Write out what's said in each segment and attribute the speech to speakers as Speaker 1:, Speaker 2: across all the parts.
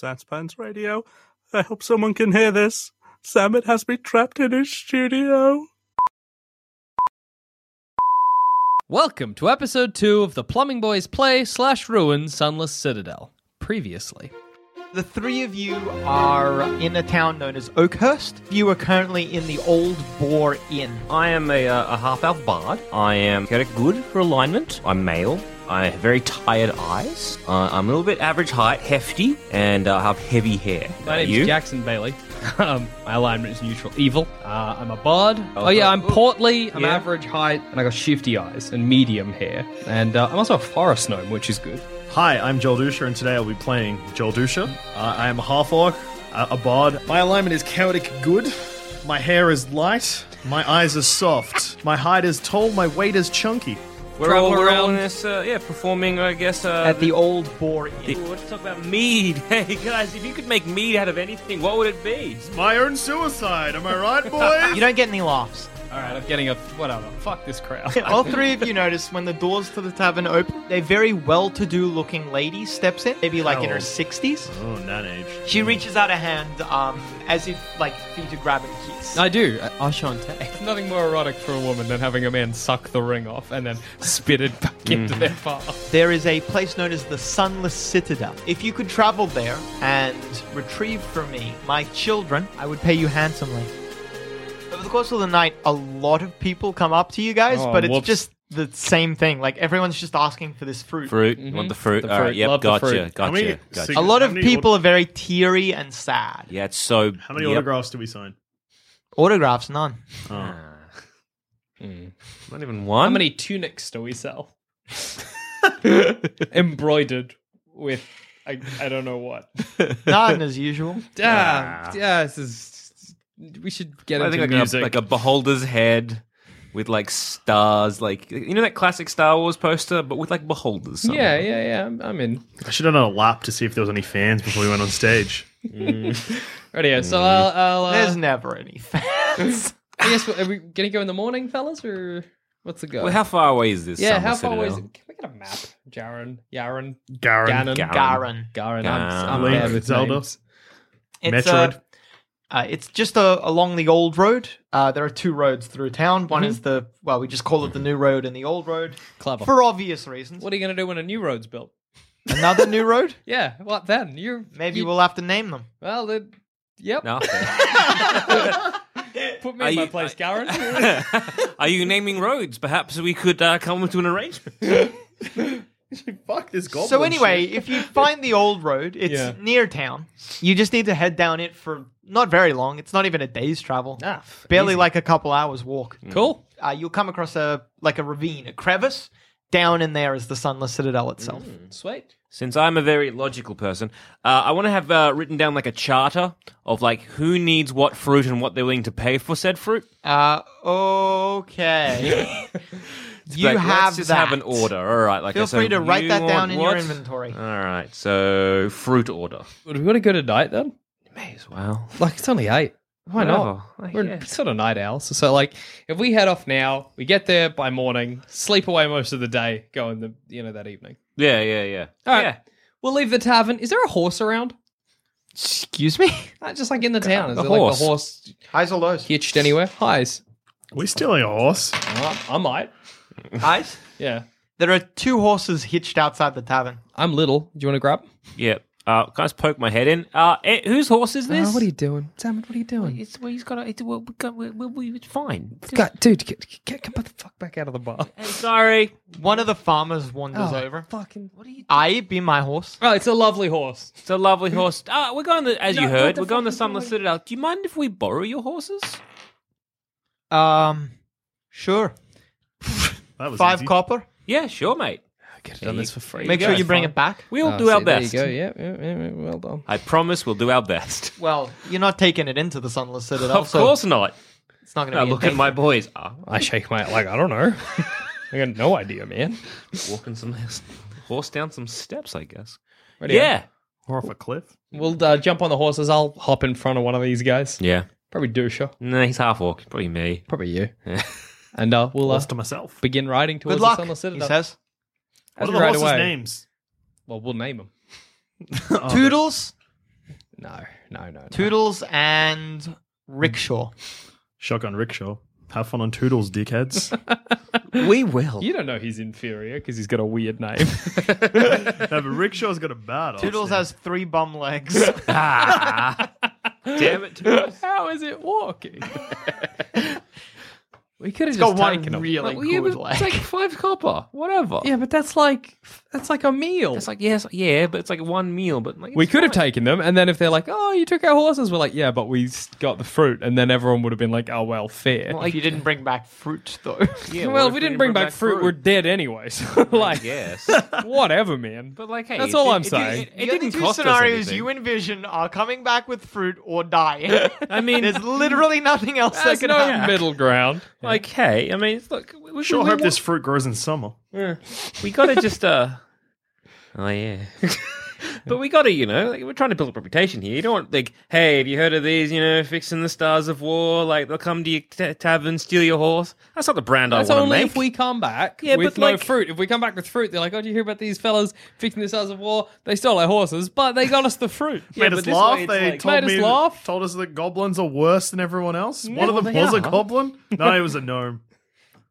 Speaker 1: Satspans Radio. I hope someone can hear this. Samet has me trapped in his studio.
Speaker 2: Welcome to episode two of the Plumbing Boys Play slash Ruin Sunless Citadel. Previously.
Speaker 3: The three of you are in a town known as Oakhurst. You are currently in the Old Boar Inn.
Speaker 4: I am a, uh, a half elf bard. I am chaotic good for alignment. I'm male. I have very tired eyes. Uh, I'm a little bit average height, hefty, and I uh, have heavy hair.
Speaker 2: My name's
Speaker 4: you?
Speaker 2: Jackson Bailey. um, my alignment is neutral evil. Uh, I'm a bard. Oh, yeah, I'm portly. I'm
Speaker 4: Yeah.
Speaker 2: average height, and I got shifty eyes and medium hair. And uh, I'm also a forest gnome, which is good.
Speaker 5: Hi, I'm Joel Dusha, and today I'll be playing Joel Dusha. Uh, I am a half orc, uh, a bard. My alignment is chaotic good. My hair is light. My eyes are soft. My height is tall. My weight is chunky.
Speaker 4: We're
Speaker 2: Travel
Speaker 4: all, we're all
Speaker 2: around.
Speaker 4: in this, uh, yeah, performing, I guess. Uh,
Speaker 3: At the Old Boar
Speaker 4: Ooh,
Speaker 3: Inn.
Speaker 4: let's talk about mead. Hey, guys, if you could make mead out of anything, what would it be?
Speaker 5: My own suicide, am I right, boys?
Speaker 3: You don't get any laughs.
Speaker 2: All right, I'm getting a whatever. Fuck this crowd.
Speaker 3: All three of you notice when the doors to the tavern open, a very well-to-do looking lady steps in, maybe like in her
Speaker 5: Oh.
Speaker 3: 60s.
Speaker 5: oh, nan age.
Speaker 3: She reaches out a hand um, as if like for you to grab and kiss.
Speaker 2: I do.
Speaker 3: Ashante.
Speaker 2: Nothing more erotic for a woman than having a man suck the ring off and then spit it back into their bath.
Speaker 3: There is a place known as the Sunless Citadel. If you could travel there and retrieve for me my children, I would pay you handsomely. Over the course of the night, a lot of people come up to you guys,
Speaker 2: Oh,
Speaker 3: but it's
Speaker 2: whoops.
Speaker 3: just the same thing. Like everyone's just asking for this fruit.
Speaker 4: Fruit. You want the fruit?
Speaker 2: Mm-hmm. The
Speaker 4: All
Speaker 2: fruit.
Speaker 4: right, yep,
Speaker 2: Love the
Speaker 4: gotcha,
Speaker 2: fruit.
Speaker 5: How many
Speaker 4: gotcha, gotcha.
Speaker 5: sig-
Speaker 3: A lot
Speaker 5: how
Speaker 3: of
Speaker 5: many
Speaker 3: people
Speaker 5: aut-
Speaker 3: are very teary and sad.
Speaker 4: Yeah, it's so.
Speaker 5: How many
Speaker 4: yep.
Speaker 5: autographs do we sign?
Speaker 3: Autographs, none.
Speaker 5: Oh.
Speaker 2: Mm.
Speaker 4: Not even one.
Speaker 2: How many tunics do we sell? Embroidered with I, I don't know what.
Speaker 3: None as usual.
Speaker 2: Ah, yeah, this is. We should get
Speaker 4: I
Speaker 2: into
Speaker 4: think like
Speaker 2: music.
Speaker 4: a, like a beholder's head with like stars, like you know that classic Star Wars poster, but with like beholders. somehow.
Speaker 2: yeah, yeah, yeah. I'm, I'm in.
Speaker 5: I should have done a lap to see if there was any fans before we went on stage.
Speaker 2: Radio. So
Speaker 4: Mm.
Speaker 2: I'll. I'll
Speaker 3: There's
Speaker 2: uh,
Speaker 3: never any fans.
Speaker 2: I guess are we gonna go in the morning, fellas, or what's the go?
Speaker 4: Well, how far away is this?
Speaker 2: yeah,
Speaker 4: Summer
Speaker 2: how far away? Is
Speaker 4: Citadel?
Speaker 2: it? Can we get a map? Jaren, Yaren,
Speaker 5: Garen.
Speaker 2: Ganon,
Speaker 4: Garen.
Speaker 3: Garen.
Speaker 2: Garen. I'm, I'm
Speaker 4: Link,
Speaker 2: bad with
Speaker 5: Zelda.
Speaker 2: names.
Speaker 3: It's,
Speaker 5: Metroid.
Speaker 3: Uh, uh, it's just uh, along the old road. Uh, there are two roads through town. One is the well, we just call it the new road and the old road
Speaker 2: Mm-hmm. Clever.
Speaker 3: for obvious reasons.
Speaker 2: What are you gonna do when a new road's built?
Speaker 3: Another new road?
Speaker 2: Yeah, what then? You
Speaker 3: Maybe
Speaker 2: you,
Speaker 3: we'll have to name them.
Speaker 2: Well, then, yep.
Speaker 4: No.
Speaker 2: Put me
Speaker 4: Are
Speaker 2: in my
Speaker 4: you-
Speaker 2: place,
Speaker 4: I-
Speaker 2: Garen.
Speaker 4: Are you naming roads? Perhaps we could uh, come to an arrangement.
Speaker 5: Fuck this goblin.
Speaker 3: So anyway, if you find the old road, it's
Speaker 2: Yeah.
Speaker 3: near town. You just need to head down it for not very long. It's not even a day's travel.
Speaker 2: Ah, Mm.
Speaker 3: Barely like a couple hours walk.
Speaker 2: cool.
Speaker 3: Uh, you'll come across a like a ravine, a crevice. Down in there is the Sunless Citadel itself.
Speaker 2: Mm. Sweet.
Speaker 4: Since I'm a very logical person, uh, I want to have uh, written down like a charter of like who needs what fruit and what they're willing to pay for said fruit.
Speaker 3: Uh, okay. you
Speaker 4: Like,
Speaker 3: have
Speaker 4: let's just
Speaker 3: that.
Speaker 4: have an order. All right, like
Speaker 3: Feel
Speaker 4: so
Speaker 3: free to write
Speaker 4: you
Speaker 3: that
Speaker 4: want
Speaker 3: down in
Speaker 4: what?
Speaker 3: your
Speaker 4: Uh,
Speaker 3: inventory.
Speaker 4: All right, so fruit order.
Speaker 2: Would we want to go tonight then?
Speaker 4: May as well.
Speaker 2: Like it's only eight. Why not?
Speaker 4: Whatever. Like,
Speaker 2: We're
Speaker 4: yeah.
Speaker 2: sort of night owls, so like if we head off now, we get there by morning, sleep away most of the day, go in the you know that evening.
Speaker 4: Yeah, yeah, yeah.
Speaker 2: All right,
Speaker 4: Yeah.
Speaker 2: we'll leave the tavern. Is there a horse around?
Speaker 3: Excuse me?
Speaker 2: Uh, Just like in the town, is
Speaker 4: a
Speaker 2: there like
Speaker 4: horse.
Speaker 2: a horse
Speaker 3: Highs or lows?
Speaker 2: hitched anywhere? Highs.
Speaker 5: we stealing a horse.
Speaker 2: I, I Uh, might.
Speaker 3: Highs?
Speaker 2: Yeah.
Speaker 3: There are two horses hitched outside the tavern.
Speaker 2: I'm little. Do you want to grab?
Speaker 4: Yeah. Uh, can I just poke my head in? Uh, eh, whose horse is this?
Speaker 2: Oh, what are you doing, Sam? What are you doing?
Speaker 4: It's well, he's got. A, it's, well, we got- we- we- we- it's fine.
Speaker 2: God, dude, get, get, get the fuck back out of the bar. Oh,
Speaker 4: Hey, sorry.
Speaker 3: One of the farmers wanders
Speaker 4: Oh,
Speaker 3: over.
Speaker 2: Fucking. What are you?
Speaker 3: I be my horse.
Speaker 2: Oh, it's a lovely horse.
Speaker 4: It's a lovely horse. Ah, we're going to, as you
Speaker 2: No, what
Speaker 4: heard,
Speaker 2: the
Speaker 4: we're going to
Speaker 2: fuck is
Speaker 4: Sunless
Speaker 2: going-
Speaker 4: Citadel. Do you mind if we borrow your horses?
Speaker 3: Um, sure.
Speaker 5: That was
Speaker 3: Five
Speaker 5: easy.
Speaker 3: copper.
Speaker 4: Yeah, sure, mate.
Speaker 2: Get it on this for free.
Speaker 3: Make sure you bring it back.
Speaker 4: We'll do our best.
Speaker 2: Ah, There you go. Yeah, yeah, yeah, yeah, well done.
Speaker 4: I promise we'll do our best.
Speaker 3: Well, you're not taking it into the Sunless Citadel,
Speaker 4: of course not.
Speaker 3: so it's not going to
Speaker 4: Now
Speaker 3: be. a
Speaker 4: look at
Speaker 3: thing.
Speaker 4: my boys. Ah,
Speaker 2: I shake my like I don't know. I got no idea, man.
Speaker 4: walking some horse down some steps, I guess.
Speaker 2: Ready?
Speaker 4: Yeah.
Speaker 5: Or off a cliff.
Speaker 2: We'll uh, jump on the horses. I'll hop in front of one of these guys.
Speaker 4: Yeah.
Speaker 2: Probably Dusha.
Speaker 4: No, he's half orc. Probably me.
Speaker 2: Probably you.
Speaker 4: Yeah.
Speaker 2: And uh, we'll uh,
Speaker 5: Lost to myself.
Speaker 2: begin riding towards
Speaker 3: Good
Speaker 2: the
Speaker 3: luck.
Speaker 2: Sunless
Speaker 3: He
Speaker 2: Citadel.
Speaker 3: says.
Speaker 5: What
Speaker 2: As
Speaker 5: are the
Speaker 2: we ride
Speaker 5: horses'
Speaker 2: away-
Speaker 5: names?
Speaker 2: Well, we'll name them.
Speaker 4: Oh,
Speaker 3: Toodles,
Speaker 2: No, no, no. no.
Speaker 3: Toodles, and Rickshaw.
Speaker 5: Shotgun rickshaw. Have fun on Toodles, dickheads.
Speaker 4: We will.
Speaker 2: You don't know he's inferior because he's got a weird name.
Speaker 5: no, but rickshaw's got a bad. ass
Speaker 3: Toodles
Speaker 5: now.
Speaker 3: has three bum legs.
Speaker 4: Ah, damn it. Toodles.
Speaker 2: How is it walking? we could have
Speaker 3: got
Speaker 2: just
Speaker 3: one
Speaker 2: taken a
Speaker 3: really
Speaker 4: Well, yeah,
Speaker 3: good
Speaker 4: but
Speaker 3: leg.
Speaker 4: it's like five copper, whatever.
Speaker 2: Yeah, but that's like that's like a meal.
Speaker 4: It's like yes, yeah, but it's like one meal. But like,
Speaker 2: we
Speaker 4: it's
Speaker 2: could have
Speaker 4: fine.
Speaker 2: taken them, and then if they're like, "Oh, you took our horses," we're like, "Yeah, but we s- got the fruit," and then everyone would have been like, "Oh, well, fair."
Speaker 3: Well, if you didn't bring back fruit, though.
Speaker 4: Yeah,
Speaker 2: well,
Speaker 4: what
Speaker 2: if we didn't bring back fruit, we're dead anyway. So, like,
Speaker 4: yes.
Speaker 2: whatever, man.
Speaker 4: But like, hey,
Speaker 2: That's
Speaker 4: it
Speaker 2: all
Speaker 4: did-
Speaker 2: I'm
Speaker 4: it did-
Speaker 2: saying.
Speaker 4: It, it
Speaker 3: the only
Speaker 4: didn't
Speaker 3: two
Speaker 4: cost
Speaker 3: scenarios
Speaker 4: us anything.
Speaker 3: you envision are coming back with fruit or die.
Speaker 4: I mean,
Speaker 3: There's literally nothing else that
Speaker 2: there's
Speaker 3: could
Speaker 2: no
Speaker 3: happen.
Speaker 2: middle ground.
Speaker 4: like, hey, I mean, look, we, we,
Speaker 5: Sure
Speaker 4: we,
Speaker 5: hope
Speaker 4: we,
Speaker 5: this fruit grows in summer.
Speaker 4: we gotta just uh, oh yeah. But we gotta, you know, like, we're trying to build a reputation here. You don't want, like, hey, have you heard of these? You know, fixing the stars of war. Like, they'll come to your ta tavern, steal your horse. That's not the brand
Speaker 2: That's
Speaker 4: I want to
Speaker 2: only
Speaker 4: make.
Speaker 2: if we come back
Speaker 4: Yeah,
Speaker 2: with
Speaker 4: but,
Speaker 2: no
Speaker 4: like-
Speaker 2: fruit. If we come back with fruit, they're like, "Oh, did you hear about these fellas fixing the size of war? They stole our horses, but they got us the fruit."
Speaker 5: made
Speaker 4: but
Speaker 5: us
Speaker 4: this
Speaker 5: laugh.
Speaker 4: way it's
Speaker 5: they
Speaker 4: like-
Speaker 5: told
Speaker 2: Made us
Speaker 5: me,
Speaker 2: laugh?
Speaker 5: told us that goblins are worse than everyone else. One of
Speaker 4: well,
Speaker 5: them
Speaker 4: they
Speaker 5: was a
Speaker 4: are.
Speaker 5: goblin. No, he was a gnome.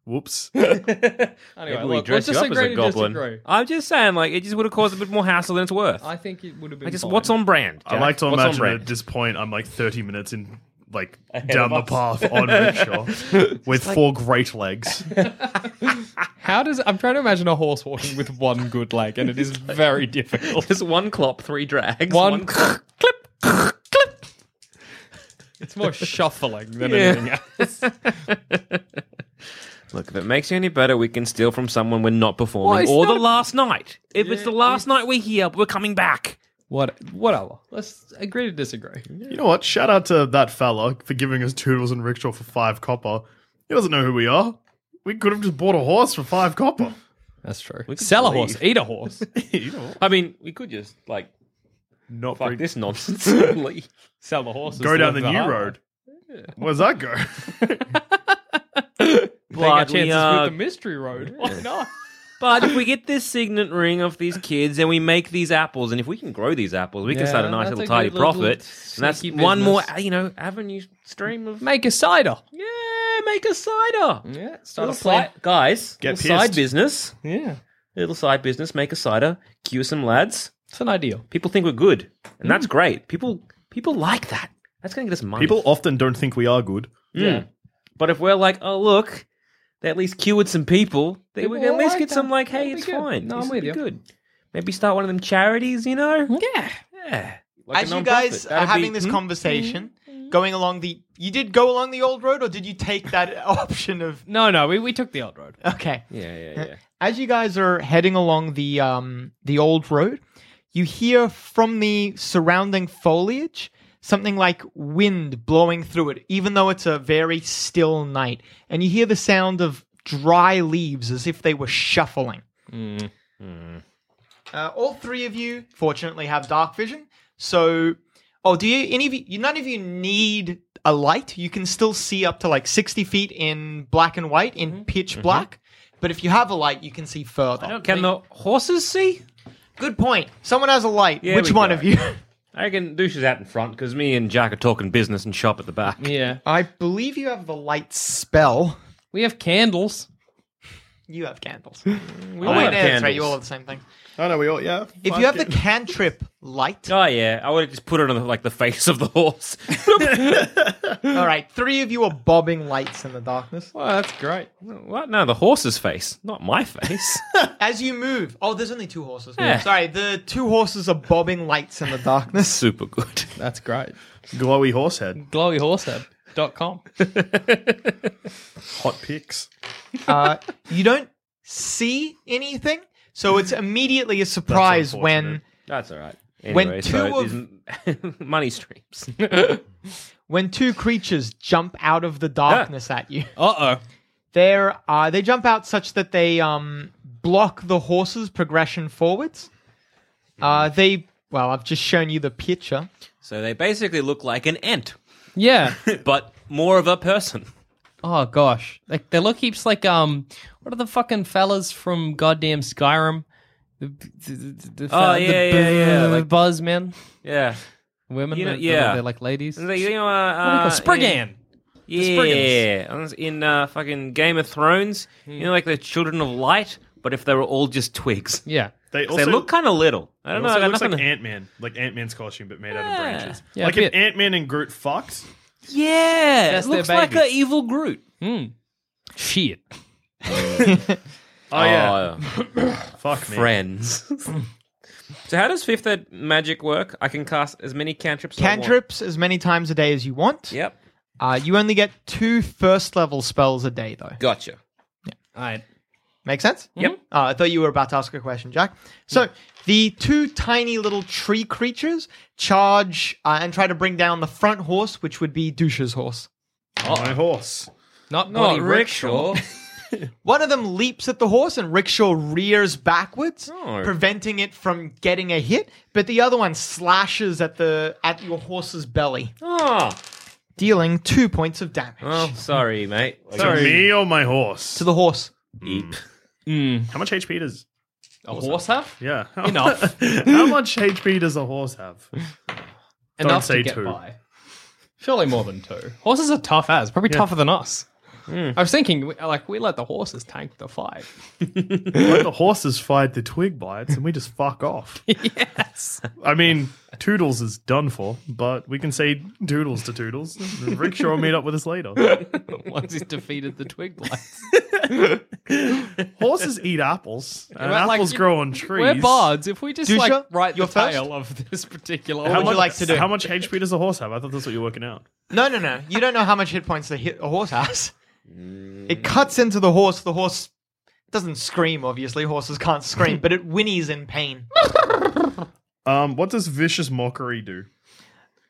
Speaker 5: Whoops.
Speaker 2: Anyway,
Speaker 4: Maybe we
Speaker 2: look,
Speaker 4: dress
Speaker 2: let's
Speaker 4: you up as
Speaker 2: disagree
Speaker 4: a
Speaker 2: to
Speaker 4: goblin.
Speaker 2: disagree.
Speaker 4: I'm just saying, like, it just would have caused a bit more hassle than it's worth.
Speaker 2: I think it would have been.
Speaker 4: I just,
Speaker 2: fine.
Speaker 4: what's on brand?
Speaker 5: I
Speaker 4: Jack?
Speaker 5: like to
Speaker 4: What's on
Speaker 5: imagine
Speaker 4: brand?
Speaker 5: at this point I'm like 30 minutes in, like down the
Speaker 4: of us.
Speaker 5: path on rickshaw with four great legs.
Speaker 2: How does I'm trying to imagine a horse walking with one good leg, and it is very difficult.
Speaker 4: Just one clop, three drags.
Speaker 2: One,
Speaker 4: clop.
Speaker 2: clip, clip. It's more shuffling than anything else.
Speaker 4: Look, if it makes you any better, we can steal from someone we're not performing,
Speaker 2: it's
Speaker 4: or the
Speaker 2: not-
Speaker 4: last night. If it's the last night we're here, we're coming back.
Speaker 2: What? Whatever. Let's agree to disagree.
Speaker 5: You know what? Shout out to that fella for giving us Toodles and Rickshaw for five copper. He doesn't know who we are. We could have just bought a horse for five copper.
Speaker 2: That's true. Sell a horse. Eat a horse.
Speaker 5: you know, what?
Speaker 4: I mean, we could just like
Speaker 5: not
Speaker 4: fuck
Speaker 5: bring-
Speaker 4: this nonsense. Leave.
Speaker 2: Sell the horses.
Speaker 5: go
Speaker 2: to
Speaker 5: down
Speaker 2: live
Speaker 5: the new
Speaker 2: hard
Speaker 5: road. Where's that go?
Speaker 2: Take our
Speaker 4: Blood, we,
Speaker 2: chances
Speaker 4: uh,
Speaker 2: with the mystery road. Why not?
Speaker 4: But if we get this signet ring off these kids and we make these apples, and if we can grow these apples, we can
Speaker 2: Yeah,
Speaker 4: start a nice
Speaker 2: that's
Speaker 4: little
Speaker 2: a
Speaker 4: tidy
Speaker 2: good little
Speaker 4: profit. And that's
Speaker 2: sneaky
Speaker 4: one more,
Speaker 2: business.
Speaker 4: you know, avenue stream of
Speaker 2: Make a cider.
Speaker 4: yeah, make a cider.
Speaker 2: Yeah. Start
Speaker 4: Little side, guys,
Speaker 5: Get
Speaker 4: little side
Speaker 5: pissed.
Speaker 4: business,
Speaker 2: Yeah.
Speaker 4: little side business, make a cider, cue some lads.
Speaker 2: It's an ideal.
Speaker 4: People think we're good, and that's great. People people like that. That's going to get us money.
Speaker 5: People often don't think we are good.
Speaker 4: Mm. But if we're like, oh look, they at least cured some people. They
Speaker 2: People
Speaker 4: we can at
Speaker 2: will
Speaker 4: least
Speaker 2: like
Speaker 4: get
Speaker 2: that.
Speaker 4: some like, hey,
Speaker 2: That'll be
Speaker 4: it's
Speaker 2: good.
Speaker 4: fine.
Speaker 2: No,
Speaker 4: This
Speaker 2: I'm
Speaker 4: will
Speaker 2: with
Speaker 4: be
Speaker 2: you.
Speaker 4: Good. Maybe start one of them charities. You know.
Speaker 2: Yeah.
Speaker 4: Yeah.
Speaker 3: As you guys are having this conversation,
Speaker 4: Hmm?
Speaker 3: going along the, you did go along the old road, or did you take that option of?
Speaker 2: No, no, we, we took the old road.
Speaker 3: Okay.
Speaker 4: yeah, yeah, yeah.
Speaker 3: As you guys are heading along the um the old road, you hear from the surrounding foliage something like wind blowing through it, even though it's a very still night, and you hear the sound of dry leaves as if they were shuffling.
Speaker 4: Mm-hmm.
Speaker 3: Uh, all three of you, fortunately, have dark vision. So, oh, do you? Any of you? None of you need a light. You can still see up to like sixty feet in black and white,
Speaker 4: Mm-hmm.
Speaker 3: in pitch black. But if you have a light, you can see further.
Speaker 4: Can the horses see?
Speaker 3: Good point. Someone has a light.
Speaker 4: Yeah,
Speaker 3: Which
Speaker 4: we
Speaker 3: one
Speaker 4: go.
Speaker 3: of you?
Speaker 4: I reckon Douche is out in front because me and Jack are talking business and shop at the back.
Speaker 2: Yeah.
Speaker 3: I believe you have the light spell.
Speaker 2: We have candles.
Speaker 3: You have candles. We
Speaker 4: all have
Speaker 3: That's right.
Speaker 4: candles.
Speaker 3: You all have the same thing.
Speaker 5: Oh no, we all yeah.
Speaker 3: If
Speaker 5: Five
Speaker 3: you have the
Speaker 5: ca-
Speaker 3: cantrip light,
Speaker 4: Oh yeah, I would have just put it on the, like the face of the horse.
Speaker 3: all right, three of you are bobbing lights in the darkness.
Speaker 2: Well, that's great.
Speaker 4: what? No, the horse's face, not my face.
Speaker 3: As you move, oh, there's only two horses.
Speaker 4: Yeah.
Speaker 3: Sorry, the two horses are bobbing lights in the darkness.
Speaker 4: Super good.
Speaker 2: That's great.
Speaker 5: glowy horse head,
Speaker 2: Glowyhorsehub.com.
Speaker 5: hot pics.
Speaker 3: uh, you don't see anything, so it's immediately a surprise when
Speaker 4: That's all right.
Speaker 3: When
Speaker 4: Anyway,
Speaker 3: two
Speaker 4: so
Speaker 3: of-
Speaker 4: it isn't- money streams.
Speaker 3: when two creatures jump out of the darkness at you.
Speaker 2: Uh oh.
Speaker 3: They're, uh, they jump out such that they um, block the horse's progression forwards. Uh, they, well, I've just shown you the picture.
Speaker 4: so they basically look like an ant,
Speaker 2: Yeah.
Speaker 4: but more of a person.
Speaker 2: Oh gosh. Like they look heaps like um what are the fucking fellas from goddamn Skyrim? The, the, the, the fella-
Speaker 4: Oh, yeah, yeah, yeah, like-
Speaker 2: buzz men,
Speaker 4: Yeah.
Speaker 2: women,
Speaker 4: You know-
Speaker 2: they're-
Speaker 4: yeah.
Speaker 2: they're like ladies.
Speaker 4: Like, you know,
Speaker 2: What
Speaker 4: uh,
Speaker 2: do they
Speaker 4: uh,
Speaker 2: call- Spriggan.
Speaker 4: Yeah, in uh, fucking Game of Thrones, you know, like the Children of Light, but if they were all just twigs.
Speaker 2: Yeah.
Speaker 5: They
Speaker 4: They
Speaker 5: also
Speaker 4: look kind of little. I
Speaker 5: It
Speaker 4: don't know.
Speaker 5: also
Speaker 4: I got
Speaker 5: looks
Speaker 4: nothing.
Speaker 5: like
Speaker 4: to-
Speaker 5: Ant Man, like Ant Man's costume, but made out of branches.
Speaker 2: Yeah,
Speaker 5: like
Speaker 2: a
Speaker 5: if
Speaker 2: bit.
Speaker 5: Ant Man and Groot fucked.
Speaker 4: yeah,
Speaker 2: That's
Speaker 4: it
Speaker 2: their
Speaker 4: looks like
Speaker 2: baby.
Speaker 4: an evil Groot.
Speaker 2: Shit.
Speaker 5: Oh, yeah,
Speaker 4: Oh,
Speaker 5: fuck me.
Speaker 4: friends. so how does fifth ed magic work? I can cast as many cantrips. as I want.
Speaker 3: Cantrips as many times a day as you want.
Speaker 4: Yep.
Speaker 3: Uh, you only get two first level spells a day, though.
Speaker 4: Gotcha.
Speaker 2: Alright.
Speaker 3: Make sense?
Speaker 4: Yep.
Speaker 3: Uh, I thought you were about to ask a question, Jack. So the two tiny little tree creatures charge uh, and try to bring down the front horse, which would be Dusha's horse.
Speaker 5: My horse.
Speaker 2: Not
Speaker 4: Not
Speaker 2: bloody
Speaker 4: rickshaw.
Speaker 3: One of them leaps at the horse and Rickshaw rears backwards,
Speaker 4: Oh.
Speaker 3: preventing it from getting a hit, but the other one slashes at the at your horse's belly,
Speaker 4: oh.
Speaker 3: dealing two points of damage
Speaker 4: oh, sorry, mate.
Speaker 5: To me or my horse?
Speaker 3: to the horse.
Speaker 4: Eep.
Speaker 5: How much HP does?
Speaker 2: A horse have?
Speaker 5: Yeah.
Speaker 2: Enough.
Speaker 5: How much HP does a horse have?
Speaker 2: Enough
Speaker 5: say
Speaker 2: to get
Speaker 5: two.
Speaker 2: by. Surely more than two. Horses are tough as, probably tougher than us.
Speaker 4: Hmm.
Speaker 2: I was thinking, we- like, we let the horses tank the fight.
Speaker 5: Let the horses fight the twig bites, and we just fuck off.
Speaker 2: Yes.
Speaker 5: I mean, Toodles is done for, but we can say Doodles to Toodles. Rickshaw will meet up with us later.
Speaker 2: Once he's defeated the twig blights.
Speaker 5: Horses eat apples, and
Speaker 2: Well, like,
Speaker 5: apples
Speaker 2: you-
Speaker 5: grow on trees.
Speaker 2: We're bards. If we just
Speaker 3: Dusha,
Speaker 2: like write
Speaker 3: you're
Speaker 2: the
Speaker 3: first?
Speaker 2: tale of this particular,
Speaker 3: How would
Speaker 5: much,
Speaker 3: you like to do?
Speaker 5: How much HP does a horse have? I thought that's what you were working out.
Speaker 3: No, no, no. You don't know how much hit points the hit a horse has. It cuts into the horse. The horse doesn't scream, obviously. Horses can't scream, but it whinnies in pain.
Speaker 5: Um, what does vicious mockery do?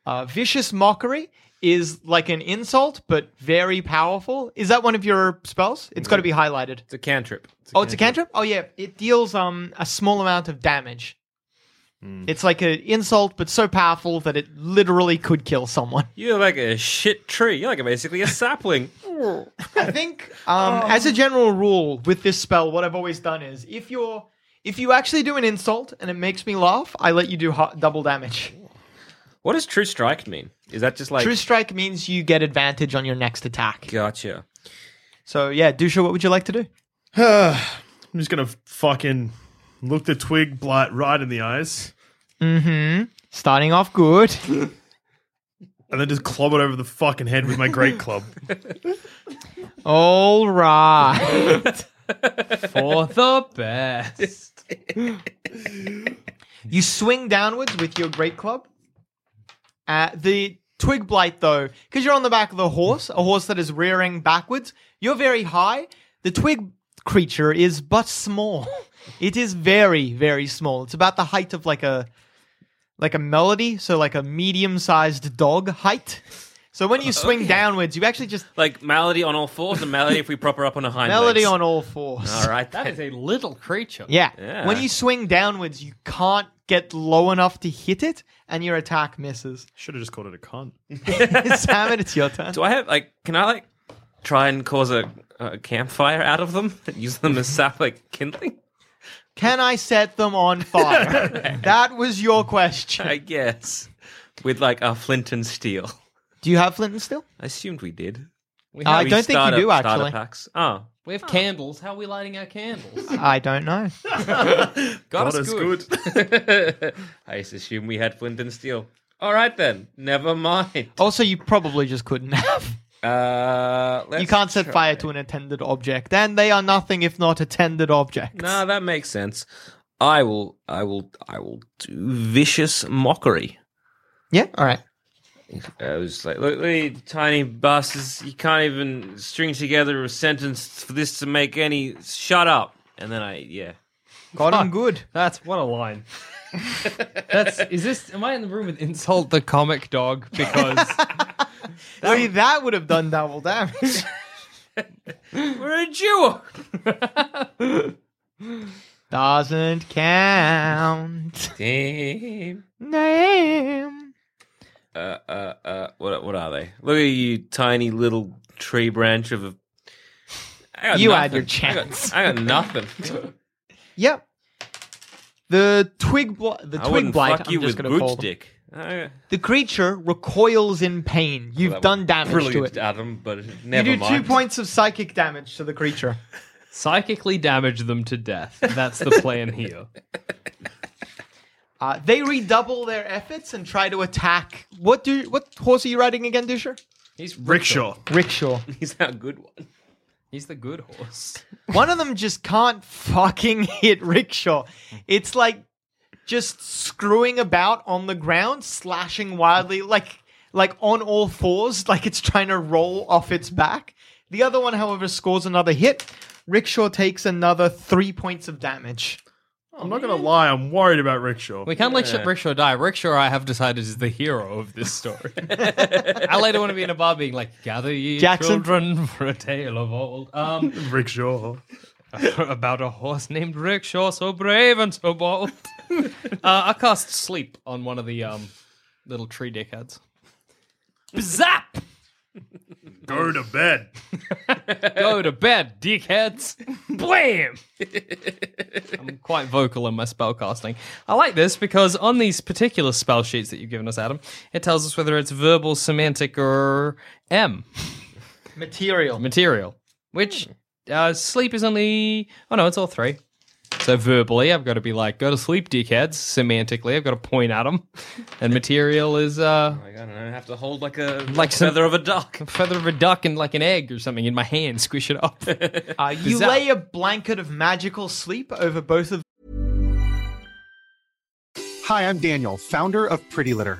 Speaker 3: Uh, vicious mockery is like an insult, but very powerful. Is that one of your spells? It's got to be highlighted.
Speaker 4: It's a cantrip.
Speaker 3: oh, it's a cantrip. Oh yeah, it deals um a small amount of damage. It's like an insult, but so powerful that it literally could kill someone.
Speaker 4: You're like a shit tree. You're like basically a sapling.
Speaker 3: I think, um, as a general rule, with this spell, what I've always done is if you're if you actually do an insult and it makes me laugh, I let you do ho- double damage.
Speaker 4: what does true strike mean? Is that just like
Speaker 3: True strike means you get advantage on your next attack.
Speaker 4: gotcha?
Speaker 3: So yeah, Dusha, what would you like to do?
Speaker 5: I'm just gonna fucking look the twig blight right in the eyes,
Speaker 3: Mm-hmm. Starting off good.
Speaker 5: and then just clob it over the fucking head with my great club.
Speaker 3: All right.
Speaker 2: for the best.
Speaker 3: You swing downwards with your great club. Uh, the twig blight, though, because you're on the back of the horse, a horse that is rearing backwards, you're very high. The twig creature is but small. It is very, very small. It's about the height of like a like a melody, so like a medium-sized dog height. So when you swing downwards, you actually just
Speaker 4: Like melody on all fours, and melody if we prop her up on a hind.
Speaker 3: melody
Speaker 4: legs.
Speaker 3: on all fours.
Speaker 4: All right,
Speaker 2: That is a little creature.
Speaker 3: Yeah.
Speaker 4: Yeah.
Speaker 3: When you swing downwards, you can't get low enough to hit it, and your attack misses.
Speaker 5: Should have just called it a cunt.
Speaker 3: Sam, it's your turn.
Speaker 4: Do I have like? Can I like try and cause a, a campfire out of them? Use them as sap like kindling?
Speaker 3: Can I set them on fire? that was your question.
Speaker 4: I guess with like a flint and steel.
Speaker 3: Do you have flint and steel?
Speaker 4: I assumed we did.
Speaker 2: We
Speaker 3: I
Speaker 2: have,
Speaker 3: don't think you
Speaker 4: Starter-
Speaker 3: do,
Speaker 4: starter
Speaker 3: actually.
Speaker 4: Packs. Oh,
Speaker 2: We have candles. How are we lighting our candles?
Speaker 3: I don't know.
Speaker 4: God,
Speaker 5: God
Speaker 4: is
Speaker 5: is
Speaker 4: good. I just assume we had flint and steel. All right then. Never mind.
Speaker 3: Also, you probably just couldn't have.
Speaker 4: Uh, let's
Speaker 3: You can't set
Speaker 4: try-
Speaker 3: fire to an attended object, and they are nothing if not attended objects.
Speaker 4: Nah, that makes sense. I will. I will. I will do vicious mockery.
Speaker 3: Yeah, all right.
Speaker 4: I was like, look, these tiny bastards, you can't even string together a sentence for this to make any. Shut up. And then I, yeah.
Speaker 3: God, I'm good.
Speaker 2: That's what a line. That's is this? Am I in the room with insult the comic dog because
Speaker 3: See, that would have done double damage.
Speaker 4: We're a duo.
Speaker 3: Doesn't count.
Speaker 4: Damn.
Speaker 3: Name.
Speaker 4: Uh, uh, uh, what, what are they? Look at you, tiny little tree branch of a. I got
Speaker 3: You had
Speaker 4: nothing.
Speaker 3: your
Speaker 4: I got-
Speaker 3: chance.
Speaker 4: I got, nothing.
Speaker 3: Yep. The twig, bl- the
Speaker 4: I
Speaker 3: twig
Speaker 4: wouldn't
Speaker 3: blight.
Speaker 4: fuck
Speaker 3: I'm
Speaker 4: you
Speaker 3: just
Speaker 4: with
Speaker 3: going to call
Speaker 4: gooch
Speaker 3: them.
Speaker 4: dick. I-
Speaker 3: The creature recoils in pain. You've
Speaker 4: that
Speaker 3: done
Speaker 4: was
Speaker 3: damage to
Speaker 4: brilliant,
Speaker 3: it.
Speaker 4: Adam, but
Speaker 3: You
Speaker 4: never
Speaker 3: do two
Speaker 4: mind.
Speaker 3: points of psychic damage to the creature.
Speaker 2: psychically damage them to death? That's the plan here.
Speaker 3: Uh, they redouble their efforts and try to attack. What do? What horse are you riding again, Dusher?
Speaker 2: He's
Speaker 5: Rickshaw.
Speaker 3: Rickshaw.
Speaker 4: He's our good one.
Speaker 2: He's the good horse.
Speaker 3: One of them just can't fucking hit Rickshaw. It's like just screwing about on the ground, slashing wildly, like like on all fours, like it's trying to roll off its back. The other one, however, scores another hit. Rickshaw takes another three points of damage.
Speaker 5: I'm not gonna lie, I'm worried about Rickshaw.
Speaker 2: We can't let Ship Rickshaw die. Rickshaw, I have decided, is the hero of this story. I later want to be in a bar being like, gather ye
Speaker 3: Jackson.
Speaker 2: children for a tale of old. Um,
Speaker 5: Rickshaw.
Speaker 2: about a horse named Rickshaw, so brave and so bold. uh, I cast sleep on one of the um, little tree dickheads. Zap!
Speaker 5: Go to bed.
Speaker 2: Go to bed, dickheads. Blam! I'm quite vocal in my spell casting. I like this because on these particular spell sheets that you've given us, Adam, it tells us whether it's verbal, semantic, or M
Speaker 3: Material.
Speaker 2: material. Which
Speaker 4: Hmm.
Speaker 2: uh, sleep is only. Oh no, it's all three. So verbally, I've got to be like, go to sleep, dickheads. Semantically, I've got to point at them, and material is uh,
Speaker 4: Like, Oh I don't know, have to hold like a
Speaker 2: Like
Speaker 4: like
Speaker 2: some-
Speaker 4: feather of a duck.
Speaker 2: a feather of a duck and like an egg or something in my hand. Squish it up.
Speaker 3: Uh, you
Speaker 2: Bizarre.
Speaker 3: lay a blanket of magical sleep over both of
Speaker 6: Hi, I'm Daniel, founder of Pretty Litter.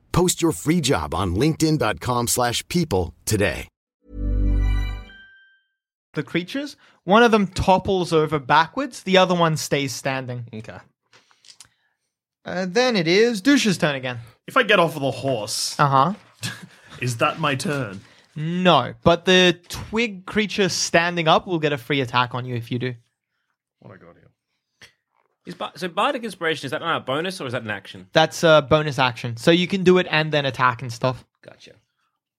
Speaker 7: Post your free job on linkedin.com/people slash people today.
Speaker 3: the creatures. One of them topples over backwards, the other one stays standing.
Speaker 2: okay.
Speaker 3: Uh, then it is Douche's turn again.
Speaker 5: If I get off of the horse,
Speaker 3: Uh huh.
Speaker 5: is that my turn?
Speaker 3: No, but the twig creature standing up will get a free attack on you if you do.
Speaker 5: What I got here?
Speaker 4: Is Bar- so bardic inspiration is that a bonus or is that an action?
Speaker 3: That's a bonus action. So you can do it and then attack and stuff.
Speaker 4: Gotcha.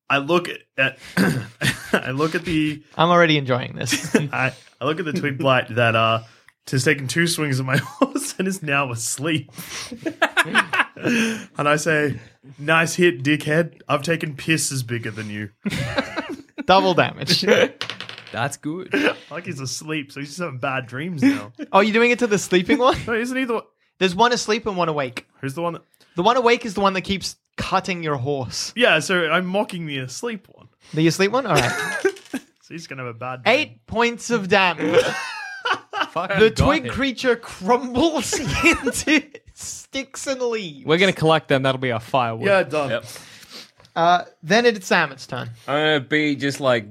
Speaker 5: I look at, at I look at the
Speaker 3: I'm already enjoying this.
Speaker 5: I, I look at the twig blight that uh has taken two swings at my horse and is now asleep. and I say, "Nice hit, dickhead. I've taken pisses bigger than you."
Speaker 3: Double damage.
Speaker 2: That's good.
Speaker 5: Like he's asleep, so he's just having bad dreams now.
Speaker 3: Oh, you're doing it to the sleeping one?
Speaker 5: no, isn't he the one-
Speaker 3: There's one asleep and one awake.
Speaker 5: who's the one that?
Speaker 3: The one awake is the one that keeps cutting your horse.
Speaker 5: Yeah, so I'm mocking the asleep one.
Speaker 3: The asleep one? All right.
Speaker 5: So he's gonna have a bad. Dream.
Speaker 3: Eight points of damage.
Speaker 2: Fuck,
Speaker 3: The
Speaker 2: you got
Speaker 3: twig
Speaker 2: him.
Speaker 3: creature crumbles into sticks and leaves.
Speaker 2: We're going to collect them. That'll be our firewood.
Speaker 5: Yeah, done.
Speaker 4: Yep.
Speaker 3: Uh, then it's Samet's turn.
Speaker 2: Uh.
Speaker 4: I'm gonna be just like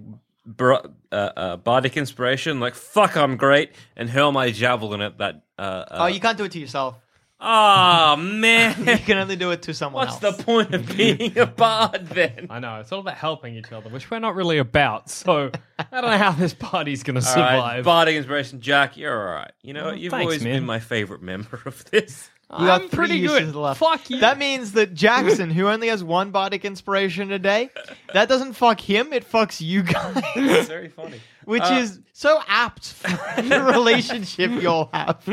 Speaker 4: br- uh, uh, bardic inspiration, like fuck, I'm great, and hurl my javelin at that. Uh, uh,
Speaker 3: oh, you can't do it to yourself.
Speaker 4: Ah
Speaker 3: You
Speaker 4: man,
Speaker 3: can only do it to someone
Speaker 4: what's the
Speaker 3: else.
Speaker 4: point of being a bard then?
Speaker 2: I know. It's all about helping each other, which we're not really about. So I don't know how this party's going to
Speaker 4: All right,
Speaker 2: survive.
Speaker 4: bardic inspiration, Jack. You're all right. You know, what? you've
Speaker 2: thanks,
Speaker 4: always
Speaker 2: man.
Speaker 4: been my favorite member of this.
Speaker 3: You got
Speaker 2: I'm
Speaker 3: three
Speaker 2: pretty
Speaker 3: uses
Speaker 2: good.
Speaker 3: left.
Speaker 2: Fuck you.
Speaker 3: That means that Jackson, who only has one bardic inspiration a day, that doesn't fuck him. It fucks you guys,
Speaker 4: It's very funny. Uh,
Speaker 3: which
Speaker 2: Uh.
Speaker 3: is so apt for the relationship you'll have.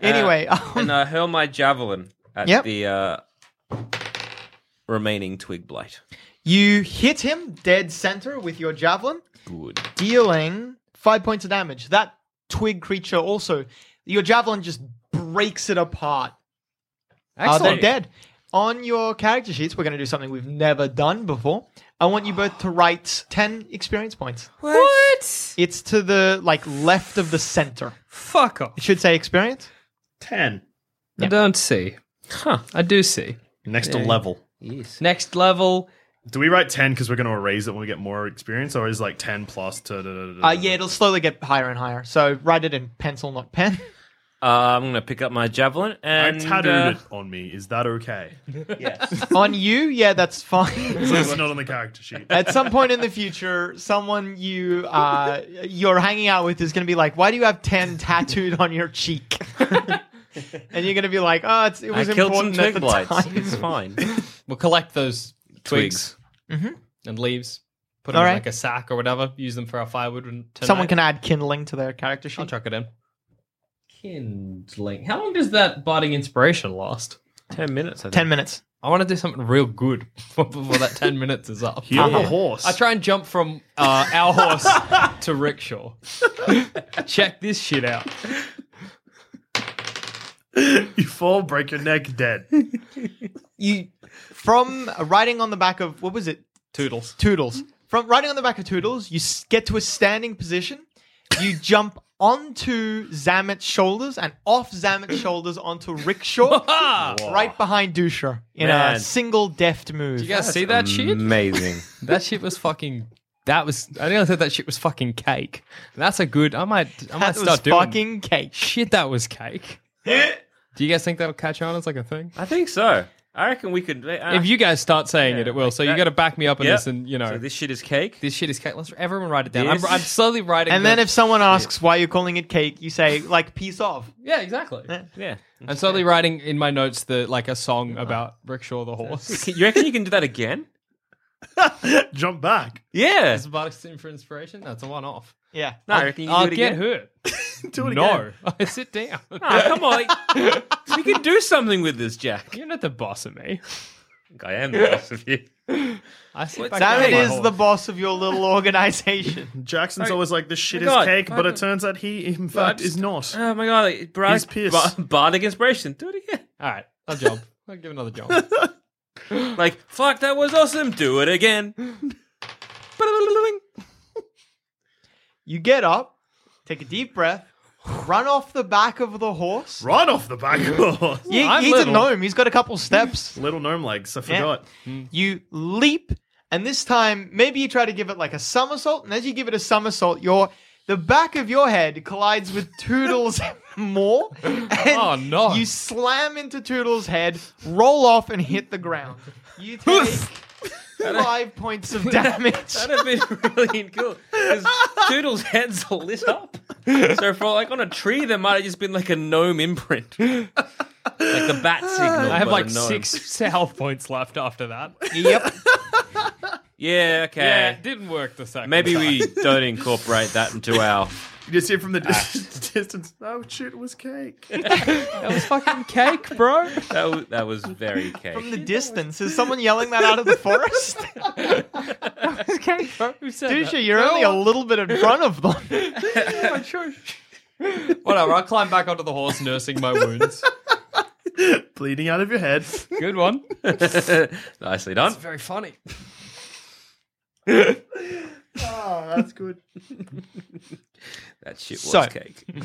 Speaker 3: Anyway, um,
Speaker 4: and uh, I hurl my javelin at
Speaker 3: Yep.
Speaker 4: the uh, remaining twig blight.
Speaker 3: you hit him dead center with your javelin.
Speaker 4: Good.
Speaker 3: dealing five points of damage. That twig creature also, your javelin just breaks it apart. Uh,
Speaker 2: Excellent.
Speaker 3: they're dead. On your character sheets, we're going to do something we've never done before. I want you both to write 10 experience points.
Speaker 2: What?
Speaker 3: It's to the like left of the center.
Speaker 2: Fuck off.
Speaker 3: It should say experience.
Speaker 5: Ten.
Speaker 2: I don't see. Huh. I do see.
Speaker 5: Next to level.
Speaker 2: Next level.
Speaker 5: Do we write ten because we're going to erase it when we get more experience, or is like ten plus? To,
Speaker 3: Uh, yeah, it'll slowly get higher and higher. So write it in pencil, not pen.
Speaker 4: Uh, I'm gonna pick up my javelin
Speaker 5: I
Speaker 4: and
Speaker 5: tattooed
Speaker 4: uh,
Speaker 5: it on me. Is that okay?
Speaker 3: on you, yeah, that's fine.
Speaker 5: So it's not on the character sheet.
Speaker 3: at some point in the future, someone you uh, you're hanging out with is going to be like, "Why do you have ten tattooed on your cheek?" and you're going to be like, "Oh, it's, it
Speaker 4: I
Speaker 3: was
Speaker 4: killed some
Speaker 3: important at
Speaker 4: twig
Speaker 3: the
Speaker 4: blights.
Speaker 3: time."
Speaker 4: It's fine.
Speaker 2: We'll collect those twigs, Mm-hmm.
Speaker 4: Twigs.
Speaker 2: and leaves. Put them
Speaker 3: All
Speaker 2: in
Speaker 3: right.
Speaker 2: like a sack or whatever. Use them for our firewood. And tonight.
Speaker 3: Someone can add kindling to their character
Speaker 2: I'll
Speaker 3: sheet.
Speaker 2: chuck it in. Kindling. How long does that barding inspiration last?
Speaker 4: Ten minutes. I think.
Speaker 3: Ten minutes.
Speaker 2: I want to do something real good before that 10 minutes is up.
Speaker 5: Heal the horse.
Speaker 2: I try and jump from uh, our horse to rickshaw. Check this shit out.
Speaker 5: you fall, break your neck, dead.
Speaker 3: You from riding on the back of what was it?
Speaker 2: Toodles.
Speaker 3: Toodles. From riding on the back of Toodles, you s- get to a standing position. You jump onto Zamet's shoulders and off Zamet's shoulders onto Rickshaw, right behind Dusha in a
Speaker 4: Man.
Speaker 3: single deft move.
Speaker 2: You guys see that shit?
Speaker 4: Amazing.
Speaker 2: That shit was fucking. That was. I think I said that shit was fucking cake. That's a good. I might. I might
Speaker 3: that was
Speaker 2: start doing.
Speaker 3: fucking cake.
Speaker 2: Shit, that was cake. Do you guys think that'll catch on as like a thing?
Speaker 4: I think so. I reckon we could. Uh,
Speaker 2: If you guys start saying it,
Speaker 4: Yeah,
Speaker 2: it will.
Speaker 4: like
Speaker 2: So you
Speaker 4: that-
Speaker 2: got to back me up on
Speaker 4: Yep.
Speaker 2: this, and you know,
Speaker 4: so
Speaker 2: this,
Speaker 4: this shit is cake.
Speaker 2: shit is cake. Let's everyone write it down. I'm,
Speaker 4: This-
Speaker 2: I'm slowly writing.
Speaker 3: And then
Speaker 2: the-
Speaker 3: if someone asks why you're calling it cake, you say like piece of.
Speaker 2: yeah, exactly.
Speaker 4: yeah.
Speaker 2: I'm slowly writing in my notes the like a song about Rickshaw the horse.
Speaker 4: You reckon you can do that again?
Speaker 5: Jump back.
Speaker 4: Yeah.
Speaker 2: Is Bardic Sin for inspiration? That's a one-off.
Speaker 3: Yeah.
Speaker 4: No, I reckon you
Speaker 2: I'll
Speaker 4: can do it
Speaker 2: get
Speaker 4: again.
Speaker 2: hurt.
Speaker 5: Do it again.
Speaker 2: No, I sit down.
Speaker 4: Ah, come on. like, we can do something with this, Jack.
Speaker 2: You're not the boss of me.
Speaker 4: I am the boss of you.
Speaker 2: I sit back
Speaker 4: What's that?
Speaker 2: down
Speaker 3: Dammit
Speaker 2: on my
Speaker 3: is
Speaker 2: horse.
Speaker 3: the boss of your little organization.
Speaker 5: Jackson's
Speaker 4: Like,
Speaker 5: always like, this shit
Speaker 4: my
Speaker 5: is
Speaker 4: God,
Speaker 5: cake,
Speaker 4: I
Speaker 5: but it
Speaker 4: don't-
Speaker 5: turns out he, in fact, is not.
Speaker 4: Oh my god, like, Brad,
Speaker 5: He's pissed.
Speaker 4: Ba- Bardic inspiration. Do it again.
Speaker 2: All right, I'll jump. I'll give another jump.
Speaker 4: Like, fuck, that was awesome. Do it again.
Speaker 3: You get up, take a deep breath, run off the back of the horse.
Speaker 5: Right off the back of the horse.
Speaker 3: He-
Speaker 2: I'm
Speaker 3: he's
Speaker 2: little.
Speaker 3: a gnome. He's got a couple steps.
Speaker 5: Little gnome legs, I
Speaker 3: Yeah.
Speaker 5: forgot.
Speaker 3: You leap, and this time maybe you try to give it like a somersault, and as you give it a somersault, your the back of your head collides with Toodles more. And
Speaker 2: Oh, no.
Speaker 3: You slam into Toodles' head, roll off, and hit the ground. You take five points of damage.
Speaker 4: That'd have been really cool. Because Toodle's head's all lit up. So for like on a tree, there might have just been like a gnome imprint. Like the bat signal.
Speaker 2: I have
Speaker 4: but
Speaker 2: like
Speaker 4: a gnome.
Speaker 2: six health points left after that.
Speaker 3: Yep.
Speaker 4: Yeah, okay.
Speaker 2: Yeah, it didn't work the second.
Speaker 4: Maybe
Speaker 2: time.
Speaker 4: we don't incorporate that into our.
Speaker 5: You just hear from the dis- distance, oh shit, it was cake.
Speaker 2: That was fucking cake, bro.
Speaker 4: That, w- that was very cake.
Speaker 3: From the distance, is someone yelling that out of the forest?
Speaker 2: cake, bro. Who said
Speaker 3: Dusha, you're only a little bit in front of them.
Speaker 2: Whatever. I'll climb back onto the horse, nursing my wounds.
Speaker 5: Bleeding out of your head.
Speaker 2: Good one.
Speaker 4: Nicely done.
Speaker 2: Very funny.
Speaker 5: Oh, that's good.
Speaker 4: That shit was
Speaker 3: So-
Speaker 4: cake.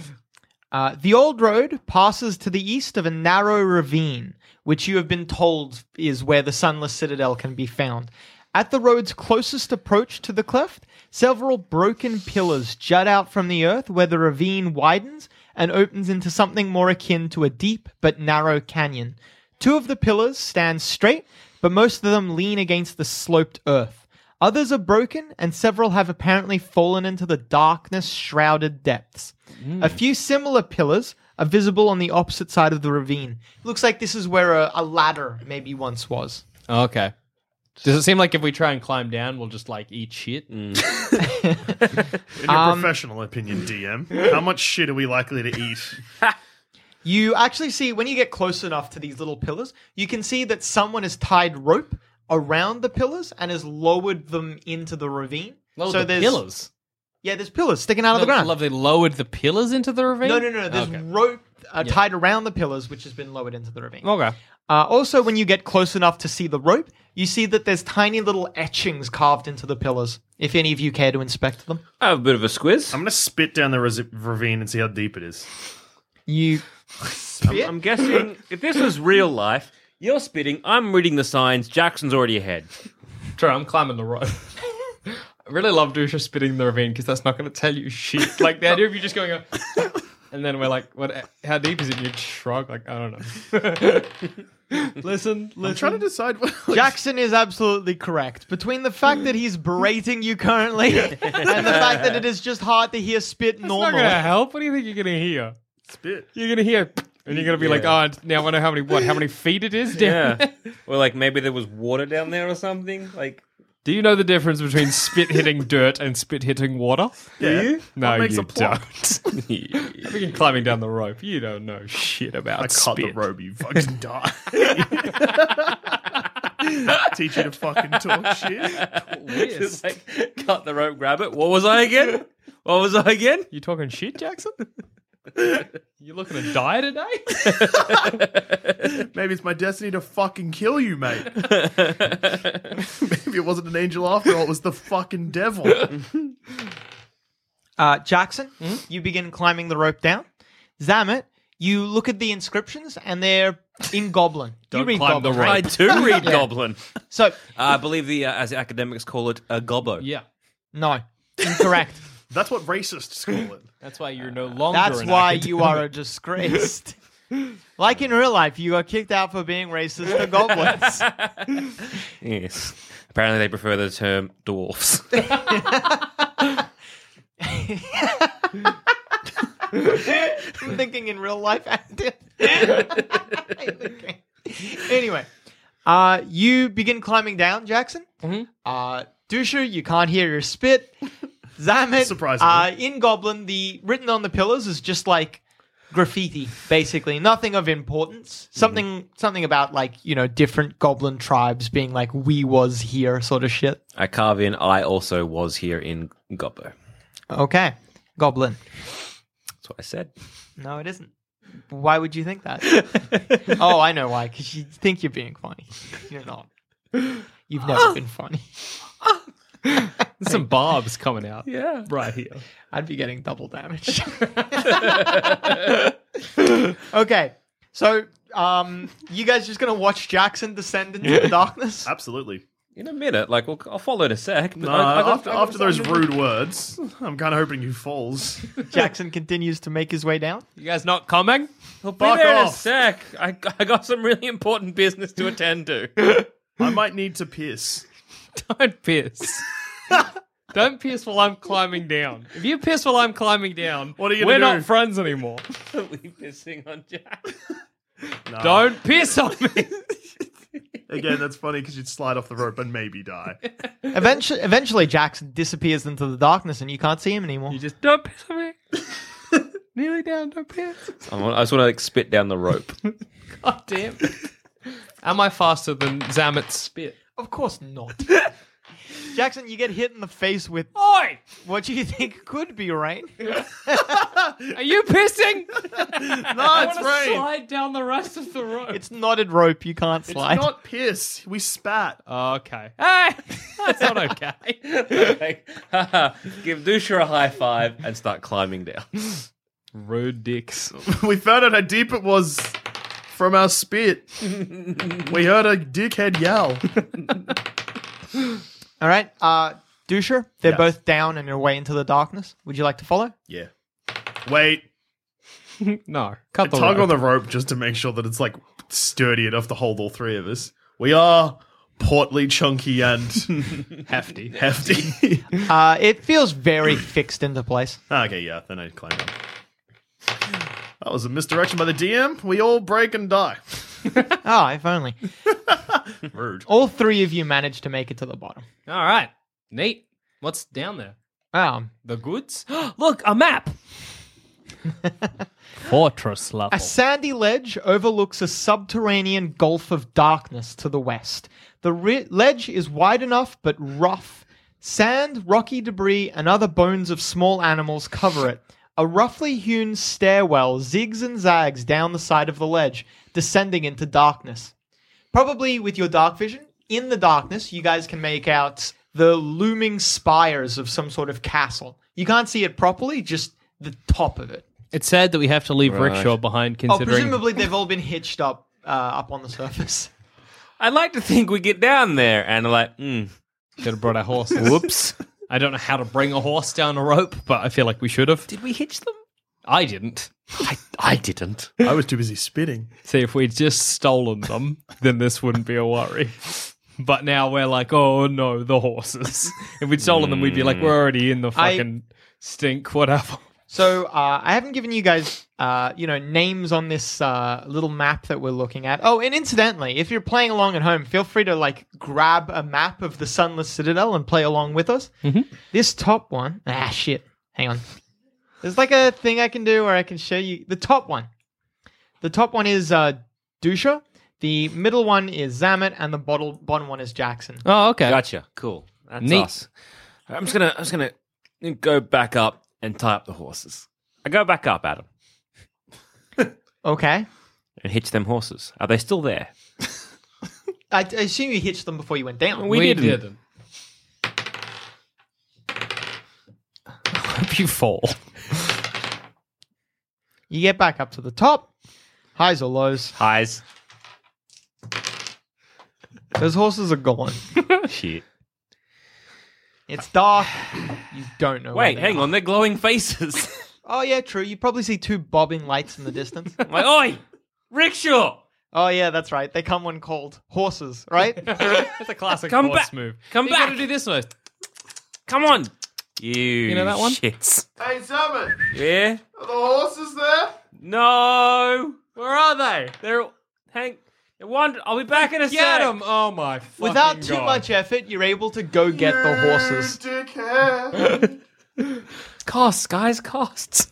Speaker 3: Uh, the old road passes to the east of a narrow ravine, which you have been told is where the Sunless Citadel can be found. At the road's closest approach to the cleft, several broken pillars jut out from the earth where the ravine widens and opens into something more akin to a deep but narrow canyon. Two of the pillars stand straight, but most of them lean against the sloped earth. Others are broken, and several have apparently fallen into the darkness shrouded depths.
Speaker 2: Hmm.
Speaker 3: A few similar pillars are visible on the opposite side of the ravine. Looks like this is where a, a ladder maybe once was.
Speaker 2: Okay. Does it seem like if we try and climb down, we'll just like eat shit?
Speaker 5: In your professional opinion, DM, how much shit are we likely to eat?
Speaker 3: You actually see, when you get close enough to these little pillars, you can see that someone has tied rope around the pillars and has lowered them into the ravine.
Speaker 2: Lowered the
Speaker 3: there's,
Speaker 2: pillars.
Speaker 3: Yeah, there's pillars sticking out of the
Speaker 2: Lo-
Speaker 3: ground.
Speaker 2: love they lowered the pillars into the ravine.
Speaker 3: No, no, no. There's
Speaker 2: Okay.
Speaker 3: rope uh, tied around the pillars, which has been lowered into the ravine.
Speaker 2: Okay.
Speaker 3: Uh, also, when you get close enough to see the rope, you see that there's tiny little etchings carved into the pillars. If any of you care to inspect them,
Speaker 4: I have a bit of a squiz.
Speaker 5: I'm
Speaker 4: I'm,
Speaker 5: gonna spit down the res- ravine and see how deep it is.
Speaker 3: you spit.
Speaker 4: I'm guessing if this was real life, you're spitting, I'm reading the signs, Jackson's already ahead.
Speaker 2: True, I'm climbing the rope. I really love Dusha spitting the ravine because that's not going to tell you shit. Like the idea of you just going, uh, and then we're like, "What? How deep is it?" And you shrug, like, "I don't know." listen, listen.
Speaker 5: I'm trying to decide what.
Speaker 3: Jackson is absolutely correct. Between the fact that he's berating you currently and the fact that it is just hard to hear spit
Speaker 2: It's not going to
Speaker 3: normally,
Speaker 2: help. What do you think you're going to hear?
Speaker 5: spit.
Speaker 2: You're going to hear, and you're going to be
Speaker 4: Yeah.
Speaker 2: like, "Oh, now I know how many what? How many feet it is?" Damn.
Speaker 4: Yeah. or like maybe there was water down there or something. Like
Speaker 2: Do you know the difference between spit hitting dirt and spit hitting water?
Speaker 5: Yeah.
Speaker 2: No,
Speaker 5: What makes
Speaker 2: you
Speaker 5: a plot?
Speaker 2: don't. I think in climbing down the rope, you don't know shit about
Speaker 5: I cut the
Speaker 2: spit.
Speaker 5: rope, you fucking die. Teach you to fucking talk shit.
Speaker 4: just like cut the rope, grab it. What was I again? What was I again?
Speaker 2: You talking shit, Jackson? you looking to die today?
Speaker 5: Maybe it's my destiny to fucking kill you, mate. Maybe it wasn't an angel after all, it was the fucking devil.
Speaker 3: uh, Jackson, you begin climbing the rope down. Zamet, you look at the inscriptions and they're in Goblin. You
Speaker 2: Don't
Speaker 3: read
Speaker 2: climb the
Speaker 3: Goblin,
Speaker 2: rope.
Speaker 3: right?
Speaker 4: I do read Goblin.
Speaker 3: So
Speaker 4: I believe the uh, as the academics call it a gobbo.
Speaker 2: yeah.
Speaker 3: no, incorrect.
Speaker 5: That's what racists call it.
Speaker 2: That's why you're no longer.
Speaker 3: That's
Speaker 2: an
Speaker 3: why
Speaker 2: academic.
Speaker 3: you are a disgrace. like in real life, you got kicked out for being racist to goblins.
Speaker 4: Yes. Apparently they prefer the term dwarfs.
Speaker 3: I'm thinking in real life. and- anyway, uh, you begin climbing down, Jackson. Uh, Dusha, you can't hear your spit. Zamet,
Speaker 5: Surprisingly.
Speaker 3: uh, in Goblin, the written on the pillars is just like graffiti, basically nothing of importance. Something, something about like you know different Goblin tribes being like we was here sort of shit.
Speaker 4: I carve in I also was here in Gobbo.
Speaker 3: Okay, Goblin.
Speaker 4: That's what I said.
Speaker 3: No, it isn't. Why would you think that? oh, I know why. Because you think you're being funny. You're not. You've never been funny.
Speaker 2: There's some barbs coming out.
Speaker 4: Yeah.
Speaker 2: Right here.
Speaker 3: I'd be getting double damage. okay, so um, you guys just gonna watch Jackson descend into the darkness?
Speaker 5: Absolutely.
Speaker 4: In a minute, like we'll, I'll follow in a sec. But
Speaker 5: No,
Speaker 4: I- I got-
Speaker 5: after,
Speaker 4: I got
Speaker 5: after those
Speaker 4: something-
Speaker 5: rude words, I'm kind of hoping you falls.
Speaker 3: Jackson continues to make his way down.
Speaker 2: You guys not coming?
Speaker 4: I'll be
Speaker 5: Fuck
Speaker 4: there in a
Speaker 5: off.
Speaker 4: sec. I, I got some really important business to attend to.
Speaker 5: I might need to piss.
Speaker 2: Don't piss. Don't piss while I'm climbing down. If you piss while I'm climbing down,
Speaker 5: What are you
Speaker 2: we're
Speaker 5: gonna do?
Speaker 2: not friends anymore.
Speaker 4: we pissing on Jack.
Speaker 5: Nah.
Speaker 2: Don't piss on me.
Speaker 5: Again, that's funny because you'd slide off the rope and maybe die.
Speaker 3: Eventually, eventually, Jackson disappears into the darkness, and you can't see him anymore.
Speaker 2: You just don't piss on me. Kneeling down, don't piss.
Speaker 4: I want- I just want to like spit down the rope.
Speaker 2: God damn. Am I faster than Zamet's spit?
Speaker 3: Of course not. Jackson, you get hit in the face with
Speaker 2: Oi!
Speaker 3: what you think could be rain.
Speaker 2: Are you pissing?
Speaker 5: no, it's
Speaker 2: Wanna
Speaker 5: rain.
Speaker 2: Slide down the rest of the rope.
Speaker 3: It's knotted rope. You can't
Speaker 5: It's
Speaker 3: slide.
Speaker 5: not piss. We spat.
Speaker 2: Oh, Okay. Hey, that's not okay.
Speaker 4: like, haha, give Dusha a high five and start climbing down.
Speaker 2: Road dicks.
Speaker 5: we found out how deep it was from our spit. we heard a dickhead yell.
Speaker 3: All right, uh, Dusher, they're
Speaker 5: Yes.
Speaker 3: both down and you're way into the darkness. Would you like to follow?
Speaker 5: Yeah. Wait.
Speaker 2: No, cut the
Speaker 5: tug
Speaker 2: rope.
Speaker 5: on the rope just to make sure that it's like sturdy enough to hold all three of us. We are portly, chunky, and hefty. Hefty. Ah,
Speaker 3: Uh, it feels very fixed into place.
Speaker 5: okay, yeah, then I climb up. That was a misdirection by the DM. We all break and die.
Speaker 3: Ah, if only.
Speaker 5: Rude.
Speaker 3: All three of you managed to make it to the bottom.
Speaker 2: All right, neat. What's down there?
Speaker 3: Um,
Speaker 2: The goods? Look, a map. Fortress level.
Speaker 3: a sandy ledge overlooks a subterranean gulf of darkness to the west. The ri ledge is wide enough but rough. Sand, rocky debris, and other bones of small animals cover it. A roughly hewn stairwell zigs and zags down the side of the ledge, descending into darkness. probably with your dark vision in the darkness you guys can make out the looming spires of some sort of castle you can't see it properly just the top of it
Speaker 2: It's sad that we have to leave rickshaw behind,
Speaker 3: oh
Speaker 2: considering.
Speaker 3: presumably they've all been hitched up uh, up on the surface
Speaker 4: I'd like to think we get down there and like, mm,
Speaker 2: Should have brought our horses. Whoops. I don't know how to bring a horse down a rope, but I feel like we should have.
Speaker 4: did we hitch them?
Speaker 2: I didn't.
Speaker 4: I, I didn't.
Speaker 5: I was too busy spitting.
Speaker 2: See, if we'd just stolen them, then this wouldn't be a worry. But now we're like, oh no, the horses. If we'd stolen them, we'd be like, we're already in the
Speaker 3: I-
Speaker 2: fucking stink, whatever.
Speaker 3: so uh, i haven't given you guys uh, you know names on this uh, little map that we're looking at oh and incidentally if you're playing along at home feel free to like grab a map of the sunless citadel and play along with us This top one. Ah, shit. Hang on. There's like a thing I can do where I can show you the top one. The top one is uh, Dusha. The middle one is Zamet, and the bottle, bottom one is Jackson.
Speaker 2: Oh, okay.
Speaker 4: Gotcha. Cool. That's
Speaker 2: Neat.
Speaker 4: us. I'm just gonna I'm just gonna go back up and tie up the horses. I go back up, Adam,
Speaker 3: Okay.
Speaker 4: and hitch them horses. Are they still there?
Speaker 3: I, I assume you hitched them before you went down.
Speaker 4: We didn't.
Speaker 2: Hope you fall.
Speaker 3: You get back up to the top. Highs or lows.
Speaker 4: Highs.
Speaker 3: Those horses are gone.
Speaker 4: Shit.
Speaker 3: It's dark. You don't know. where
Speaker 4: Wait,
Speaker 3: they
Speaker 4: hang
Speaker 3: are.
Speaker 4: on. They're glowing faces.
Speaker 3: Oh yeah, true. You probably see two bobbing lights in the distance.
Speaker 4: I'm like, oi, rickshaw,
Speaker 3: oh yeah, that's right. They come when called horses, right?
Speaker 2: That's a classic
Speaker 4: Come
Speaker 2: horse
Speaker 4: back.
Speaker 2: move.
Speaker 4: Come
Speaker 2: you
Speaker 4: back.
Speaker 2: gotta do this one.
Speaker 4: come on. You, you
Speaker 2: know that one?
Speaker 4: Shits.
Speaker 5: Hey, Simon,
Speaker 4: Yeah.
Speaker 5: are the horses there?
Speaker 4: No. Where are they? They're hang. they're One. I'll be back in a
Speaker 2: Get
Speaker 4: sec.
Speaker 2: him! Oh my fucking
Speaker 3: Without too
Speaker 2: God.
Speaker 3: much effort, you're able to go get the horses.
Speaker 5: Dickhead.
Speaker 4: Costs, guys. Costs.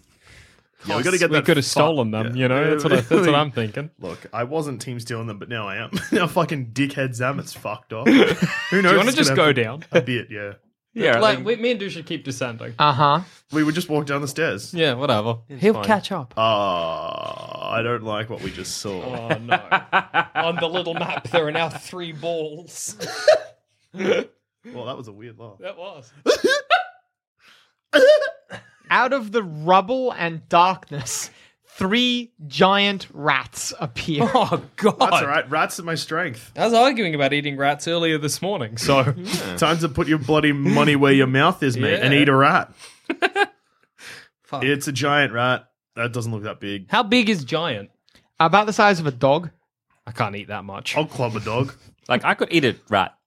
Speaker 5: Yeah, we gotta get
Speaker 2: we
Speaker 5: that
Speaker 2: could have
Speaker 5: fuck-
Speaker 2: stolen them,
Speaker 5: yeah.
Speaker 2: you know? That's what, I, that's what I'm thinking.
Speaker 5: Look, I wasn't team stealing them, but now I am. now fucking dickhead Zamet's fucked up. Who knows?
Speaker 2: Do you want
Speaker 5: It's
Speaker 2: to just
Speaker 5: gonna
Speaker 2: go
Speaker 5: have to-
Speaker 2: down?
Speaker 5: A bit, yeah.
Speaker 4: Yeah.
Speaker 2: Like, we, me and Dude should keep descending.
Speaker 3: Uh huh.
Speaker 5: We would just walk down the stairs.
Speaker 2: Yeah, whatever. He'll catch up.
Speaker 5: Uh, Ah, I don't like what we just saw.
Speaker 2: Oh no. On the little map, there are now three balls.
Speaker 5: Well, that was a weird laugh.
Speaker 2: That was.
Speaker 3: Out of the rubble and darkness, three giant rats appear.
Speaker 2: Oh god.
Speaker 5: That's all right. Rats are my strength.
Speaker 2: I was arguing about eating rats earlier this morning, so
Speaker 5: Time to put your bloody money where your mouth is, mate, and
Speaker 2: Yeah.
Speaker 5: eat a rat.
Speaker 2: Fuck.
Speaker 5: It's a giant rat. That doesn't look that big.
Speaker 2: how big is giant?
Speaker 3: About the size of a dog.
Speaker 2: I can't eat that
Speaker 4: Oh,
Speaker 2: much.
Speaker 5: I'll club a dog.
Speaker 4: Like I could eat a rat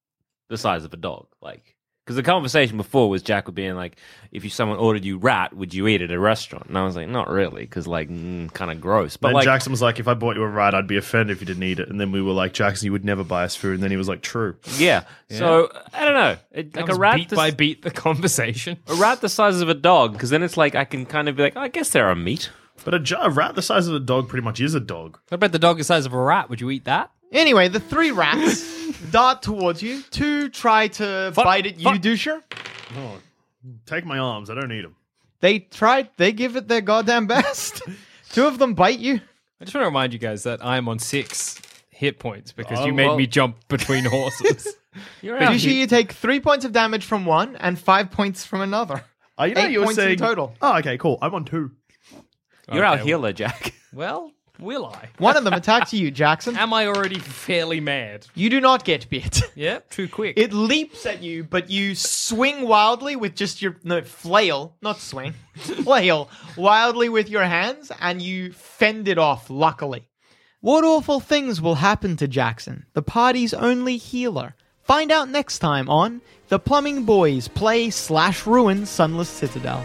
Speaker 4: the size of a dog. Like because the conversation before was Jack would being like, if you someone ordered you rat, would you eat it at a restaurant? And I was like, not really, because like mm, kind of gross. But
Speaker 5: Then
Speaker 4: like,
Speaker 5: Jackson was like, if I bought you a rat, I'd be offended if you didn't eat it. And then we were like, Jackson, you would never buy us food. And then he was like, true.
Speaker 4: yeah. So I don't know. It,
Speaker 2: I
Speaker 4: like
Speaker 2: was
Speaker 4: a rat
Speaker 2: beat
Speaker 4: the,
Speaker 2: by beat the conversation.
Speaker 4: a rat the size of a dog, because then it's like I can kind of be like, "Oh, I guess they're a meat.
Speaker 5: But a, gi- a rat the size of a dog pretty much is a dog.
Speaker 2: I bet the dog the size of a rat. Would you eat that?
Speaker 3: Anyway, the three rats dart towards you. Two try to bite at you,
Speaker 2: fuck.
Speaker 3: Dusher.
Speaker 5: Take my arms. I don't need them.
Speaker 3: They try. They give it their goddamn best. Two of them bite you.
Speaker 2: I just want to remind you guys that I am on six hit points because you made
Speaker 4: Oh, well-
Speaker 2: me jump between horses.
Speaker 4: You're
Speaker 3: Dusher, you take three points of damage from one and five points from another.
Speaker 5: Oh, you know
Speaker 3: Eight
Speaker 5: you were
Speaker 3: points in
Speaker 5: saying
Speaker 3: total.
Speaker 5: Oh, okay, cool. I'm on two.
Speaker 4: You're our
Speaker 2: Okay, well-
Speaker 4: healer, Jack.
Speaker 2: Well, will I?
Speaker 3: One of them attacks you, Jackson.
Speaker 2: Am I already fairly mad?
Speaker 3: You do not get bit.
Speaker 2: Yep, too quick.
Speaker 3: It leaps at you, but you swing wildly with just your no flail, not swing, flail wildly with your hands, and you fend it off. Luckily, what awful things will happen to Jackson, the party's only healer? Find out next time on the Plumbing Boys play slash ruin Sunless Citadel.